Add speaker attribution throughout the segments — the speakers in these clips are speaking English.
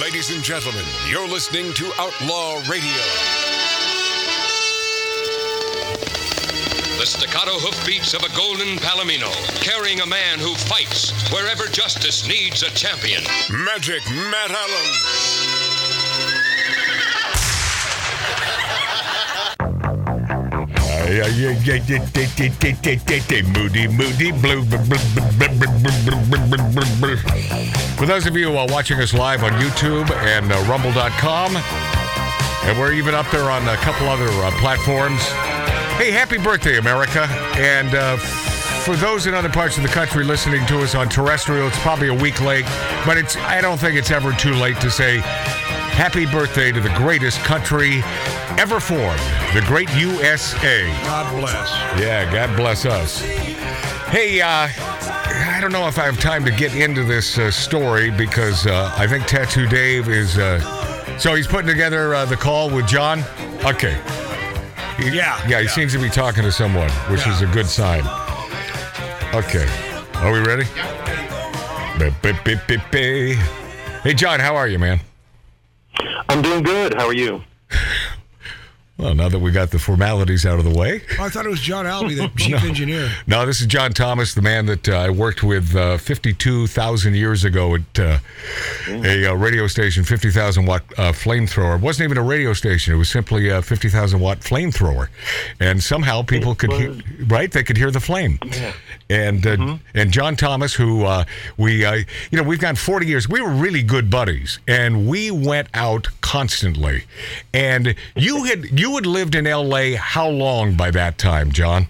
Speaker 1: Ladies and gentlemen, you're listening to Outlaw Radio.
Speaker 2: The staccato hoofbeats of a golden palomino, carrying a man who fights wherever justice needs a champion.
Speaker 1: Magic Matt Allen.
Speaker 3: Moody, moody, blue. For those of you uh, watching us live on YouTube and uh, Rumble.com, and we're even up there on a couple other uh, platforms. Hey, happy birthday, America! And uh, for those in other parts of the country listening to us on terrestrial, it's probably a week late, but it's—I don't think it's ever too late to say happy birthday to the greatest country ever formed, the great USA.
Speaker 4: God bless.
Speaker 3: Yeah, God bless us. Hey, uh, I don't know if I have time to get into this uh, story because uh, I think Tattoo Dave is. Uh, so he's putting together uh, the call with John. Okay. He-
Speaker 4: Yeah,
Speaker 3: Yeah, he
Speaker 4: yeah.
Speaker 3: seems to be talking to someone, which is a good sign. Okay. Are we ready? Ba- ba- ba- ba- ba. Hey, John, how are you, man?
Speaker 5: I'm doing good. How are you?
Speaker 3: Well, now that we got the formalities out of the way.
Speaker 4: Oh, I thought it was John Albee, the chief engineer.
Speaker 3: No, this is John Thomas, the man that uh, I worked with uh, 52,000 years ago at uh, a uh, radio station, 50,000 watt uh, flamethrower. It wasn't even a radio station, it was simply a 50,000 watt flamethrower. And somehow people could hear, right? They could hear the flame. And uh, and John Thomas, who uh, we, uh, you know, we've gone 40 years, we were really good buddies, and we went out constantly. And you had, you had lived in LA how long by that time, John?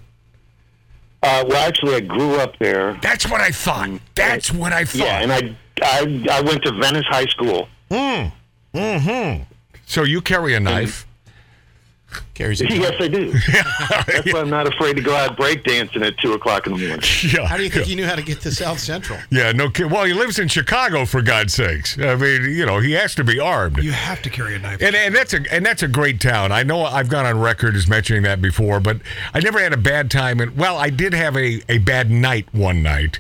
Speaker 5: Uh, well, actually, I grew up there.
Speaker 3: That's what I thought. That's what I thought.
Speaker 5: Yeah, and I, I I went to Venice High School.
Speaker 3: so you carry a knife.
Speaker 6: Carries it.
Speaker 5: yes, I do. That's why I'm not afraid to go out breakdancing at two o'clock in the morning.
Speaker 3: Yeah.
Speaker 6: How do you think you knew how to get to South Central?
Speaker 3: yeah, no kid. Well, he lives in Chicago for God's sakes. I mean, you know, he has to be armed.
Speaker 4: You have to carry a knife.
Speaker 3: and, and that's a and that's a great town. I know I've gone on record as mentioning that before, but I never had a bad time. And well, I did have a, a bad night one night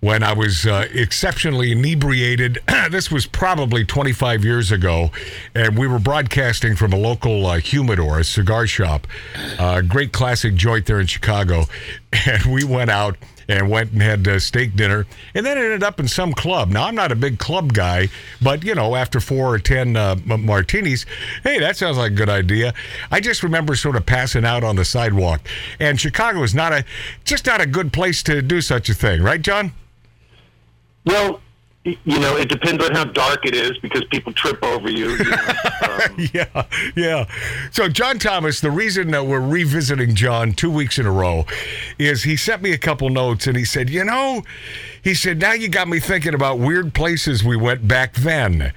Speaker 3: when I was uh, exceptionally inebriated. this was probably 25 years ago, and we were broadcasting from a local uh, humidor, a cigar shop, uh, great classic joint there in Chicago, and we went out and went and had uh, steak dinner, and then ended up in some club. Now I'm not a big club guy, but you know, after four or ten uh, m- martinis, hey, that sounds like a good idea. I just remember sort of passing out on the sidewalk, and Chicago is not a just not a good place to do such a thing, right, John?
Speaker 5: Well, y- you know, it depends on how dark it is because people trip over you. you know. Um,
Speaker 3: yeah, yeah. So, John Thomas, the reason that we're revisiting John two weeks in a row is he sent me a couple notes and he said, You know, he said, now you got me thinking about weird places we went back then.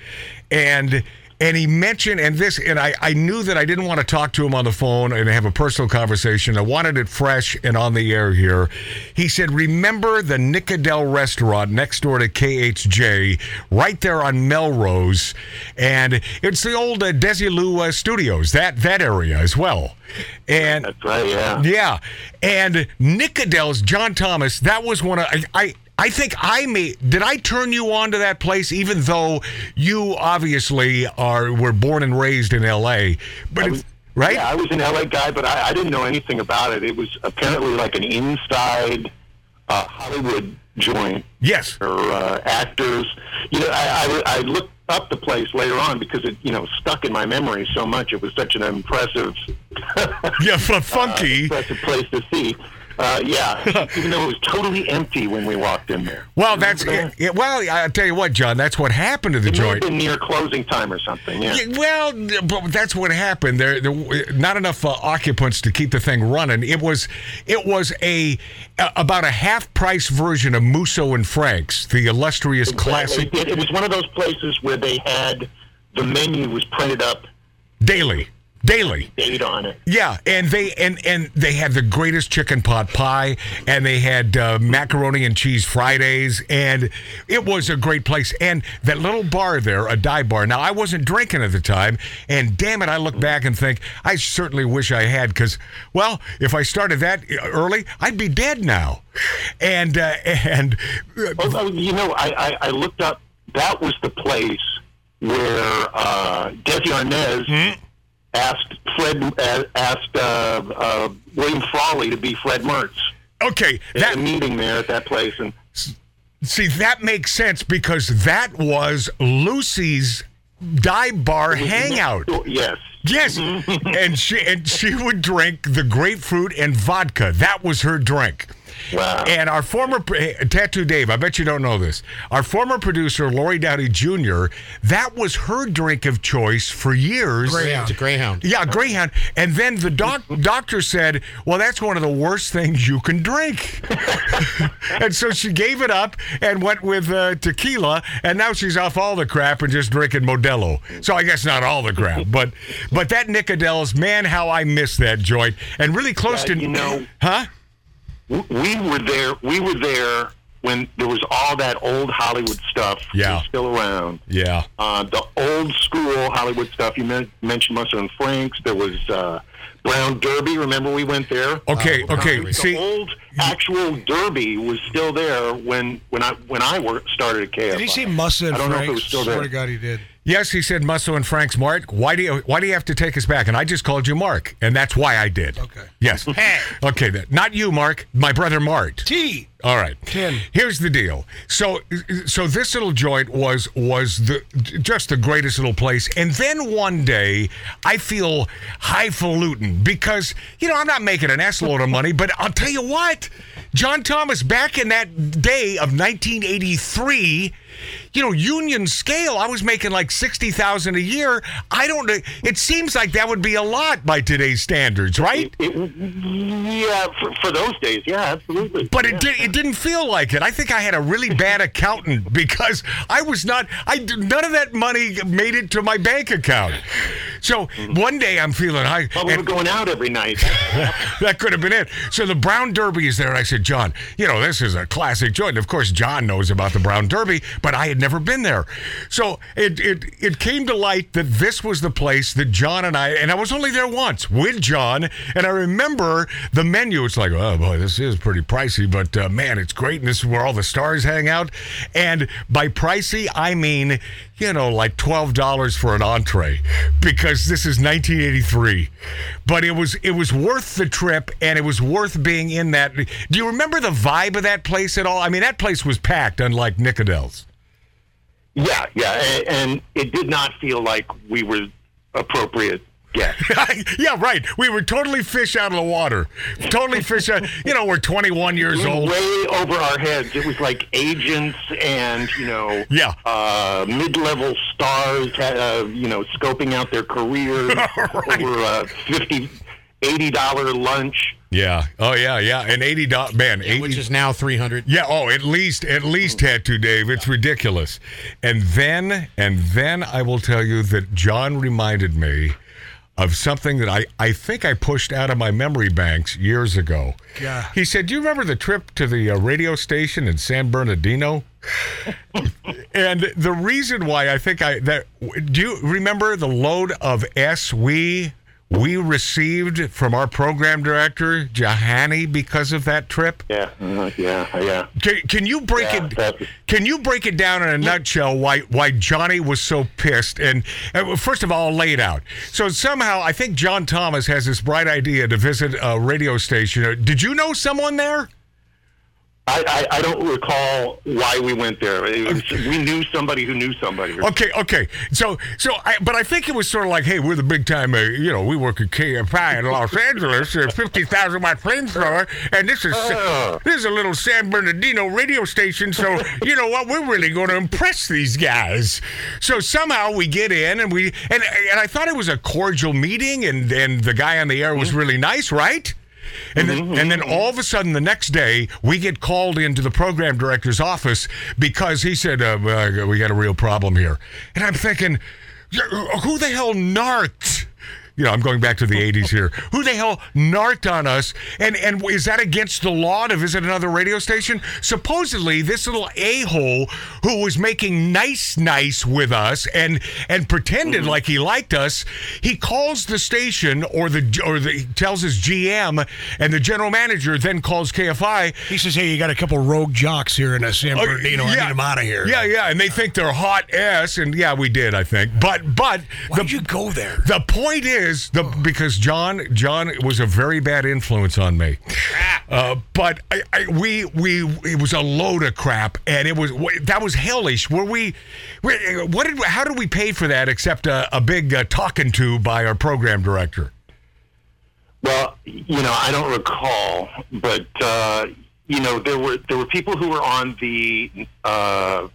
Speaker 3: And. And he mentioned, and this, and I, I knew that I didn't want to talk to him on the phone and have a personal conversation. I wanted it fresh and on the air here. He said, Remember the Nicodel restaurant next door to KHJ, right there on Melrose. And it's the old uh, Desilu uh, Studios, that, that area as well. And
Speaker 5: That's right. Yeah.
Speaker 3: yeah. And Nicodel's John Thomas, that was one of I, I I think I may did I turn you on to that place even though you obviously are were born and raised in LA. But it's, right?
Speaker 5: Yeah, I was an LA guy, but I, I didn't know anything about it. It was apparently like an inside uh, Hollywood joint.
Speaker 3: Yes.
Speaker 5: or uh, actors. You know, I, I, I looked up the place later on because it, you know, stuck in my memory so much. It was such an impressive,
Speaker 3: Yeah, f- funky.
Speaker 5: impressive place to see. Uh, yeah, even though it was totally empty when we walked in there.
Speaker 3: Well, that's
Speaker 5: Remember
Speaker 3: yeah, well, I'll tell you what, John, that's what happened to the
Speaker 5: It may have
Speaker 3: joint.
Speaker 5: been near closing time or something. Yeah.
Speaker 3: Yeah, well, but that's what happened. There, there not enough uh, occupants to keep the thing running. It was, it was a, a- about a half price version of Musso and Frank's, the illustrious classic
Speaker 5: It, it was one of those places where they had the menu was printed up,
Speaker 3: daily, daily.
Speaker 5: date on it.
Speaker 3: Yeah, and they and and they had the greatest chicken pot pie, and they had uh, macaroni and cheese Fridays, and it was a great place. And that little bar there, a dive bar. Now I wasn't drinking at the time, and damn it, I look back and think I certainly wish I had, because well, if I started that early, I'd be dead now. And uh, and uh,
Speaker 5: Well, you know, I, I, I looked up. That was the place where uh, Desi Arnaz
Speaker 3: Hmm?
Speaker 5: asked Fred uh, asked uh, uh, William Frawley to be Fred Mertz
Speaker 3: Okay,
Speaker 5: at
Speaker 3: that
Speaker 5: a meeting there at that place, and
Speaker 3: see that makes sense because that was Lucy's dive bar hangout.
Speaker 5: yes,
Speaker 3: Yes, and she and she would drink the grapefruit and vodka. That was her drink.
Speaker 5: Wow.
Speaker 3: And our former pr- tattoo Dave, I bet you don't know this. Our former producer Lori Dowdy Jr. That was her drink of choice for years.
Speaker 6: It's a greyhound.
Speaker 3: Yeah, Greyhound. And then the doc- doctor said, "Well, that's one of the worst things you can drink." and so she gave it up and went with uh, tequila, and now she's off all the crap and just drinking Modelo. So I guess not all the crap, but but that Nicodels, man, how I miss that joint. And really close
Speaker 5: Yeah,
Speaker 3: to
Speaker 5: you know-
Speaker 3: huh?
Speaker 5: w- we were there. We were there when there was all that old Hollywood stuff
Speaker 3: Yeah.
Speaker 5: was still around.
Speaker 3: Yeah,
Speaker 5: Uh, the old school Hollywood stuff. You men- mentioned Muscle and Franks. There was uh, Brown Derby. Remember we went there.
Speaker 3: Okay,
Speaker 5: Brown
Speaker 3: okay,
Speaker 5: Derby. The
Speaker 3: see-
Speaker 5: old actual Derby was still there when when I when I wor started at KFI.
Speaker 4: Did he say Musa and
Speaker 5: I don't know if it
Speaker 4: Frank?
Speaker 5: was still
Speaker 4: Swear to
Speaker 5: there.
Speaker 4: God, he did.
Speaker 3: yes, he said Musso and Frank's Mark. Why do you why do you have to take us back? And I just called you Mark, and that's why I did.
Speaker 4: Okay.
Speaker 3: Yes. Okay, then. not you, Mark. My brother, Mart.
Speaker 4: T.
Speaker 3: All right.
Speaker 4: Ten.
Speaker 3: Here's the deal. So so this little joint was was the just the greatest little place. And then one day I feel highfalutin because you know I'm not making an S load of money, but I'll tell you what, John Thomas back in that day of 1983, you know union scale, I was making like sixty thousand a year. I don't. know. It seems like that would be a lot by today's standards, right?
Speaker 5: It, yeah, for, for those days, yeah, absolutely.
Speaker 3: But
Speaker 5: Yeah.
Speaker 3: it did, it didn't feel like it. I think I had a really bad accountant because I was not. I d- none of that money made it to my bank account. So one day I'm feeling high.
Speaker 5: Well, we were
Speaker 3: and-
Speaker 5: going out every night.
Speaker 3: that could have been it. So the Brown Derby is there, and I said, John, you know, this is a classic joint. And of course, John knows about the Brown Derby, but I had never been there. So it it it came to light that this was the place that John and I and I was only there once with John, and I remember the menu. It's like, oh boy, this is pretty pricey, but uh, man, it's great, and this is where all the stars hang out. And by pricey, I mean you know, like twelve dollars for an entree because this is 1983. But it was it was worth the trip and it was worth being in that. Do you remember the vibe of that place at all? I mean, that place was packed, unlike Nicodell's.
Speaker 5: yeah, yeah, and, and it did not feel like we were appropriate guests.
Speaker 3: yeah, right. We were totally fish out of the water, totally fish out. You know, we're 21 years
Speaker 5: went
Speaker 3: old.
Speaker 5: way over our heads. It was like agents and you know,
Speaker 3: Yeah.
Speaker 5: uh, mid-level stars, uh, you know, scoping out their careers over a fifty, eighty dollar lunch.
Speaker 3: Yeah. Oh yeah, yeah. And eighty dollars, man.
Speaker 6: Which
Speaker 3: 80,
Speaker 6: is now 300.
Speaker 3: Yeah, oh, at least at least tattoo Dave. It's ridiculous. And then and then I will tell you that John reminded me of something that I, I think I pushed out of my memory banks years ago.
Speaker 4: Yeah.
Speaker 3: He said, "Do you remember the trip to the uh, radio station in San Bernardino?" and the reason why I think I that do you remember the load of S we we received from our program director Jahani because of that trip?
Speaker 5: Yeah, uh, yeah, yeah.
Speaker 3: Can, can you break
Speaker 5: Yeah,
Speaker 3: it?
Speaker 5: that's-
Speaker 3: Can you break it down in a nutshell? Why why Johnny was so pissed? And uh, first of all, I'll lay it out. So somehow, I think John Thomas has this bright idea to visit a radio station. Uh, Did you know someone there?
Speaker 5: I, I, I don't recall why we went there. It was, we knew somebody who knew somebody. or
Speaker 3: Okay, okay. So so, I, but I think it was sort of like, hey, we're the big time. Uh, you know, we work at KFI in Los Angeles, uh, fifty thousand watt flamethrower, and this is this is a little San Bernardino radio station. So you know what? We're really going to impress these guys. So somehow we get in, and we and and I thought it was a cordial meeting, and and the guy on the air was really nice, right? And then, and then all of a sudden, the next day, we get called into the program director's office because he said, uh, uh, We got a real problem here. And I'm thinking, "Yeah, Who the hell narked you know, I'm going back to the 80s here. Who the hell narked on us? And and is that against the law to visit another radio station? Supposedly, this little a-hole who was making nice nice with us and and
Speaker 4: Mm-hmm.
Speaker 3: pretended like he liked us, he calls the station or the or the tells his GM and the general manager then calls KFI
Speaker 4: He says, "Hey, you got a couple rogue jocks here in uh, San
Speaker 3: Oh,
Speaker 4: Bernardino. I need them out of here."
Speaker 3: Yeah, yeah, and they think they're hot ass, and yeah, we did, I think. But but
Speaker 4: Why'd
Speaker 3: the
Speaker 4: you go there?
Speaker 3: the point is the because John John was a very bad influence on me. Uh, but I, I, we we it was a load of crap, and it was that was hellish. Were we? we- What did? How did we pay for that? Except a, a big uh, talking to by our program director.
Speaker 5: Well, you know, I don't recall, but uh, you know, there were there were people who were on the uh,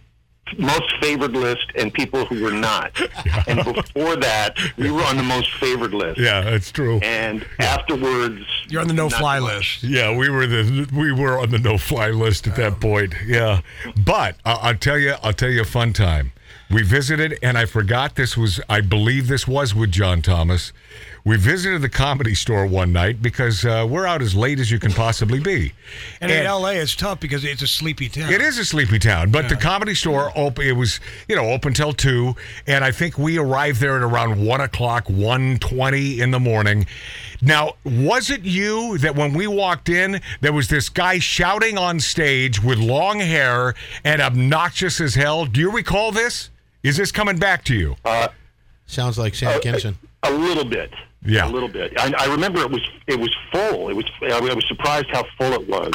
Speaker 5: most favored list and people who were not. And before that, we were on the most favored list.
Speaker 3: Yeah, that's true.
Speaker 5: And afterwards,
Speaker 4: You're on the no-fly list.
Speaker 3: Yeah, we were the we were on the no fly list at that point. Yeah, but I, I'll tell you, I'll tell you a fun time. We visited, and I forgot this was. I believe this was with John Thomas. We visited the comedy store one night because uh, we're out as late as you can possibly be.
Speaker 4: And, in L.A., it's tough because it's a sleepy town.
Speaker 3: It is a sleepy town, but the comedy store open. It was you know open till two, and I think we arrived there at around one o'clock, one twenty in the morning. Now, was it you that when we walked in, there was this guy shouting on stage with long hair and obnoxious as hell? Do you recall this? Is this coming back to you?
Speaker 6: Oh. Sounds like Sam Kinison.
Speaker 5: a little bit.
Speaker 3: Yeah.
Speaker 5: a little bit. I, I remember it was it was full. It was I was surprised how full it was.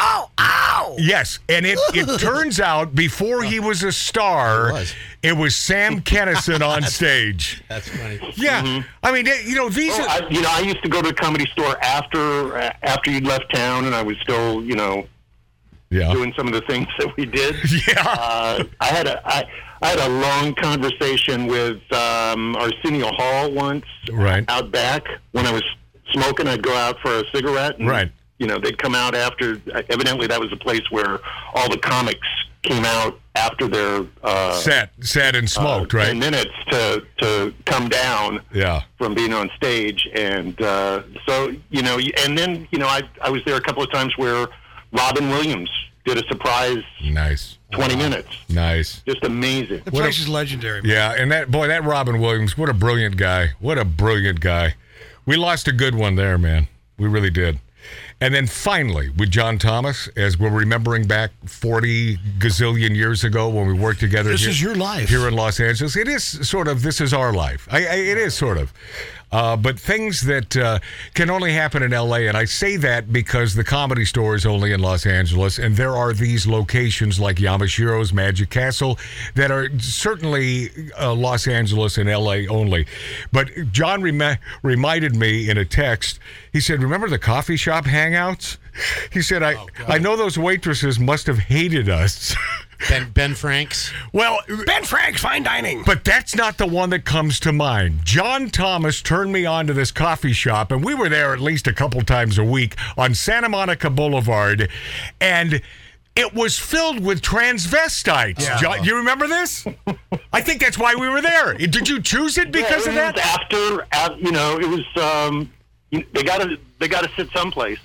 Speaker 3: Yes, and it, it turns out before he was a star,
Speaker 6: It was.
Speaker 3: it was Sam Kennison on stage.
Speaker 6: That's funny. Mm-hmm.
Speaker 3: Yeah, I mean, you know, these
Speaker 5: Oh,
Speaker 3: are.
Speaker 5: I, you know, I used to go to the comedy store after uh, after you'd left town, and I was still, you know,
Speaker 3: yeah.
Speaker 5: doing some of the things that we did.
Speaker 3: Uh-huh. Yeah.
Speaker 5: Uh, I had a I, I had a long conversation with um, Arsenio Hall once,
Speaker 3: Right.
Speaker 5: out back when I was smoking. I'd go out for a cigarette, and,
Speaker 3: Right.
Speaker 5: You know, they'd come out after. uh, Evidently, that was the place where all the comics came out after their uh,
Speaker 3: sat sat and smoked,
Speaker 5: ten
Speaker 3: right?
Speaker 5: minutes to to come down
Speaker 3: yeah.
Speaker 5: from being on stage and uh, so you know and then you know I, I was there a couple of times where robin williams did a surprise
Speaker 3: Nice.
Speaker 5: 20 minutes
Speaker 3: Nice.
Speaker 5: just amazing
Speaker 4: The
Speaker 3: What a-
Speaker 4: place is legendary.
Speaker 3: Yeah, and that boy, that Robin Williams, what a brilliant guy. What a brilliant guy. We lost a good one there, man. We really did. And then finally, with John Thomas, as we're remembering back 40 gazillion years ago when we worked together.
Speaker 4: This
Speaker 3: here-
Speaker 4: is your life.
Speaker 3: Here in Los Angeles. It is sort of, this is our life. I, I, it is sort of. Uh, but things that uh, can only happen in LA. And I say that because the comedy store is only in Los Angeles. And there are these locations like Yamashiro's Magic Castle that are certainly uh, Los Angeles and LA only. But John rem- reminded me in a text, he said, Remember the coffee shop hangouts? He said,
Speaker 4: Oh,
Speaker 3: I, I know those waitresses must have hated us.
Speaker 6: Ben Ben Franks.
Speaker 3: well,
Speaker 4: Ben Frank's fine dining.
Speaker 3: but that's not the one that comes to mind. John Thomas turned me on to this coffee shop, and we were there at least a couple times a week on Santa Monica Boulevard, and it was filled with transvestites. John, you remember this? I think that's why we were there. Did you choose it because
Speaker 5: Yeah,
Speaker 3: of
Speaker 5: it
Speaker 3: that?
Speaker 5: was after, af- you know it was um, you- they gotta they gotta sit someplace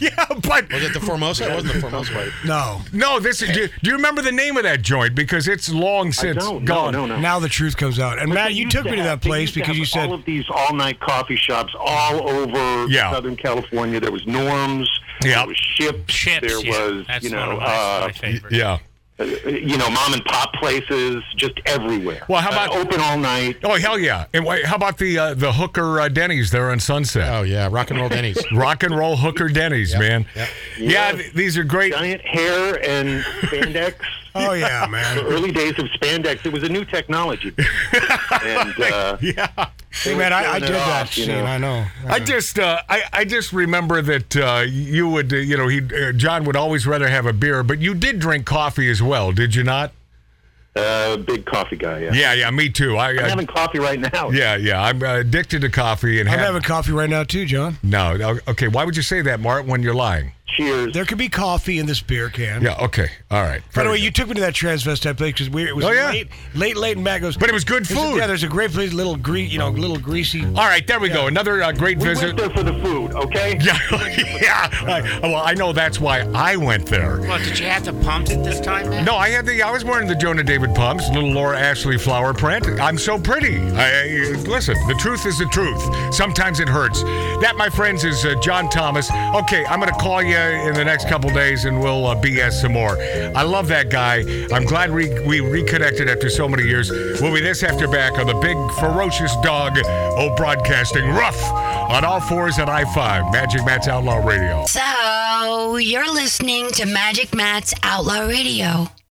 Speaker 3: yeah, but
Speaker 6: Was it the Formosa? It wasn't the Formosa.
Speaker 4: No.
Speaker 3: no. This do, do you remember the name of that joint? Because it's long
Speaker 5: I
Speaker 3: since
Speaker 5: don't,
Speaker 3: gone.
Speaker 5: no no no
Speaker 4: Now the truth comes out. And Matt,
Speaker 5: They
Speaker 4: you
Speaker 5: used
Speaker 4: took me to
Speaker 5: have-
Speaker 4: that
Speaker 5: they
Speaker 4: place
Speaker 5: used to
Speaker 4: because
Speaker 5: have
Speaker 4: you
Speaker 5: all of
Speaker 4: said
Speaker 5: these all night coffee shops all over
Speaker 3: Yeah.
Speaker 5: Southern California. There was Norms,
Speaker 3: Yeah.
Speaker 5: there was Ship,
Speaker 7: Chips.
Speaker 5: there
Speaker 7: yeah.
Speaker 5: was
Speaker 7: That's
Speaker 5: you
Speaker 7: one
Speaker 5: know
Speaker 7: of my,
Speaker 5: uh,
Speaker 7: my favorite.
Speaker 3: Yeah.
Speaker 5: you know, mom and pop places just everywhere.
Speaker 3: Well, how about-
Speaker 5: Uh, open all night?
Speaker 3: Oh hell yeah! And wait, how about the uh, the hooker uh, Denny's there on Sunset?
Speaker 6: Oh yeah, rock and roll Denny's.
Speaker 3: Rock and roll hooker Denny's, man.
Speaker 6: yep.
Speaker 3: Yeah, th- these are great.
Speaker 5: Giant hair and spandex.
Speaker 4: Oh yeah,
Speaker 5: the
Speaker 4: man.
Speaker 5: early days of spandex, it was a new technology. and uh,
Speaker 3: Yeah.
Speaker 4: Hey, man, I, I
Speaker 5: Turn it
Speaker 4: did
Speaker 5: off,
Speaker 4: that
Speaker 5: you
Speaker 4: scene.
Speaker 5: know.
Speaker 4: I know.
Speaker 3: I just uh, I I just remember that uh, you would uh, you know he uh, John would always rather have a beer, but you did drink coffee as well, did you not?
Speaker 5: uh, big coffee guy. Yeah.
Speaker 3: Yeah, yeah, me too. I,
Speaker 5: I'm
Speaker 3: I
Speaker 5: having coffee right now.
Speaker 3: yeah, yeah. I'm uh, addicted to coffee and
Speaker 4: I'm
Speaker 3: have-
Speaker 4: having coffee right now too, John.
Speaker 3: no. no, Okay, why would you say that, Mart? When you're lying?
Speaker 5: Cheers.
Speaker 4: There could be coffee in this beer can.
Speaker 3: Yeah. Okay. All right.
Speaker 4: By the
Speaker 3: Very
Speaker 4: way,
Speaker 3: good.
Speaker 4: you took me to that transvestite place because we it was
Speaker 3: Oh, yeah?
Speaker 4: late, late, late, and Matt goes.
Speaker 3: But it was good
Speaker 4: "There's a-
Speaker 3: food."
Speaker 4: yeah, there's a great place, little grease, you know, little greasy.
Speaker 3: All right. There we go. Another uh, great
Speaker 5: we
Speaker 3: visit.
Speaker 5: went there for the food, okay?
Speaker 3: Yeah, yeah. I, well, I know that's why I went there.
Speaker 7: Well, did you have to pump it this time, man?
Speaker 3: No, I had the. I was wearing the Jonah David pumps, little Laura Ashley flower print. I'm so pretty. I, I listen. The truth is the truth. Sometimes it hurts. That, my friends, is uh, John Thomas. Okay, I'm going to call you in the next couple days, and we'll uh, BS some more. I love that guy. I'm glad we we reconnected after so many years. We'll be this after back on the big ferocious dog. Oh, broadcasting rough on all fours at I five. Magic Matt's Outlaw Radio.
Speaker 8: So, you're listening to Magic Matt's Outlaw Radio.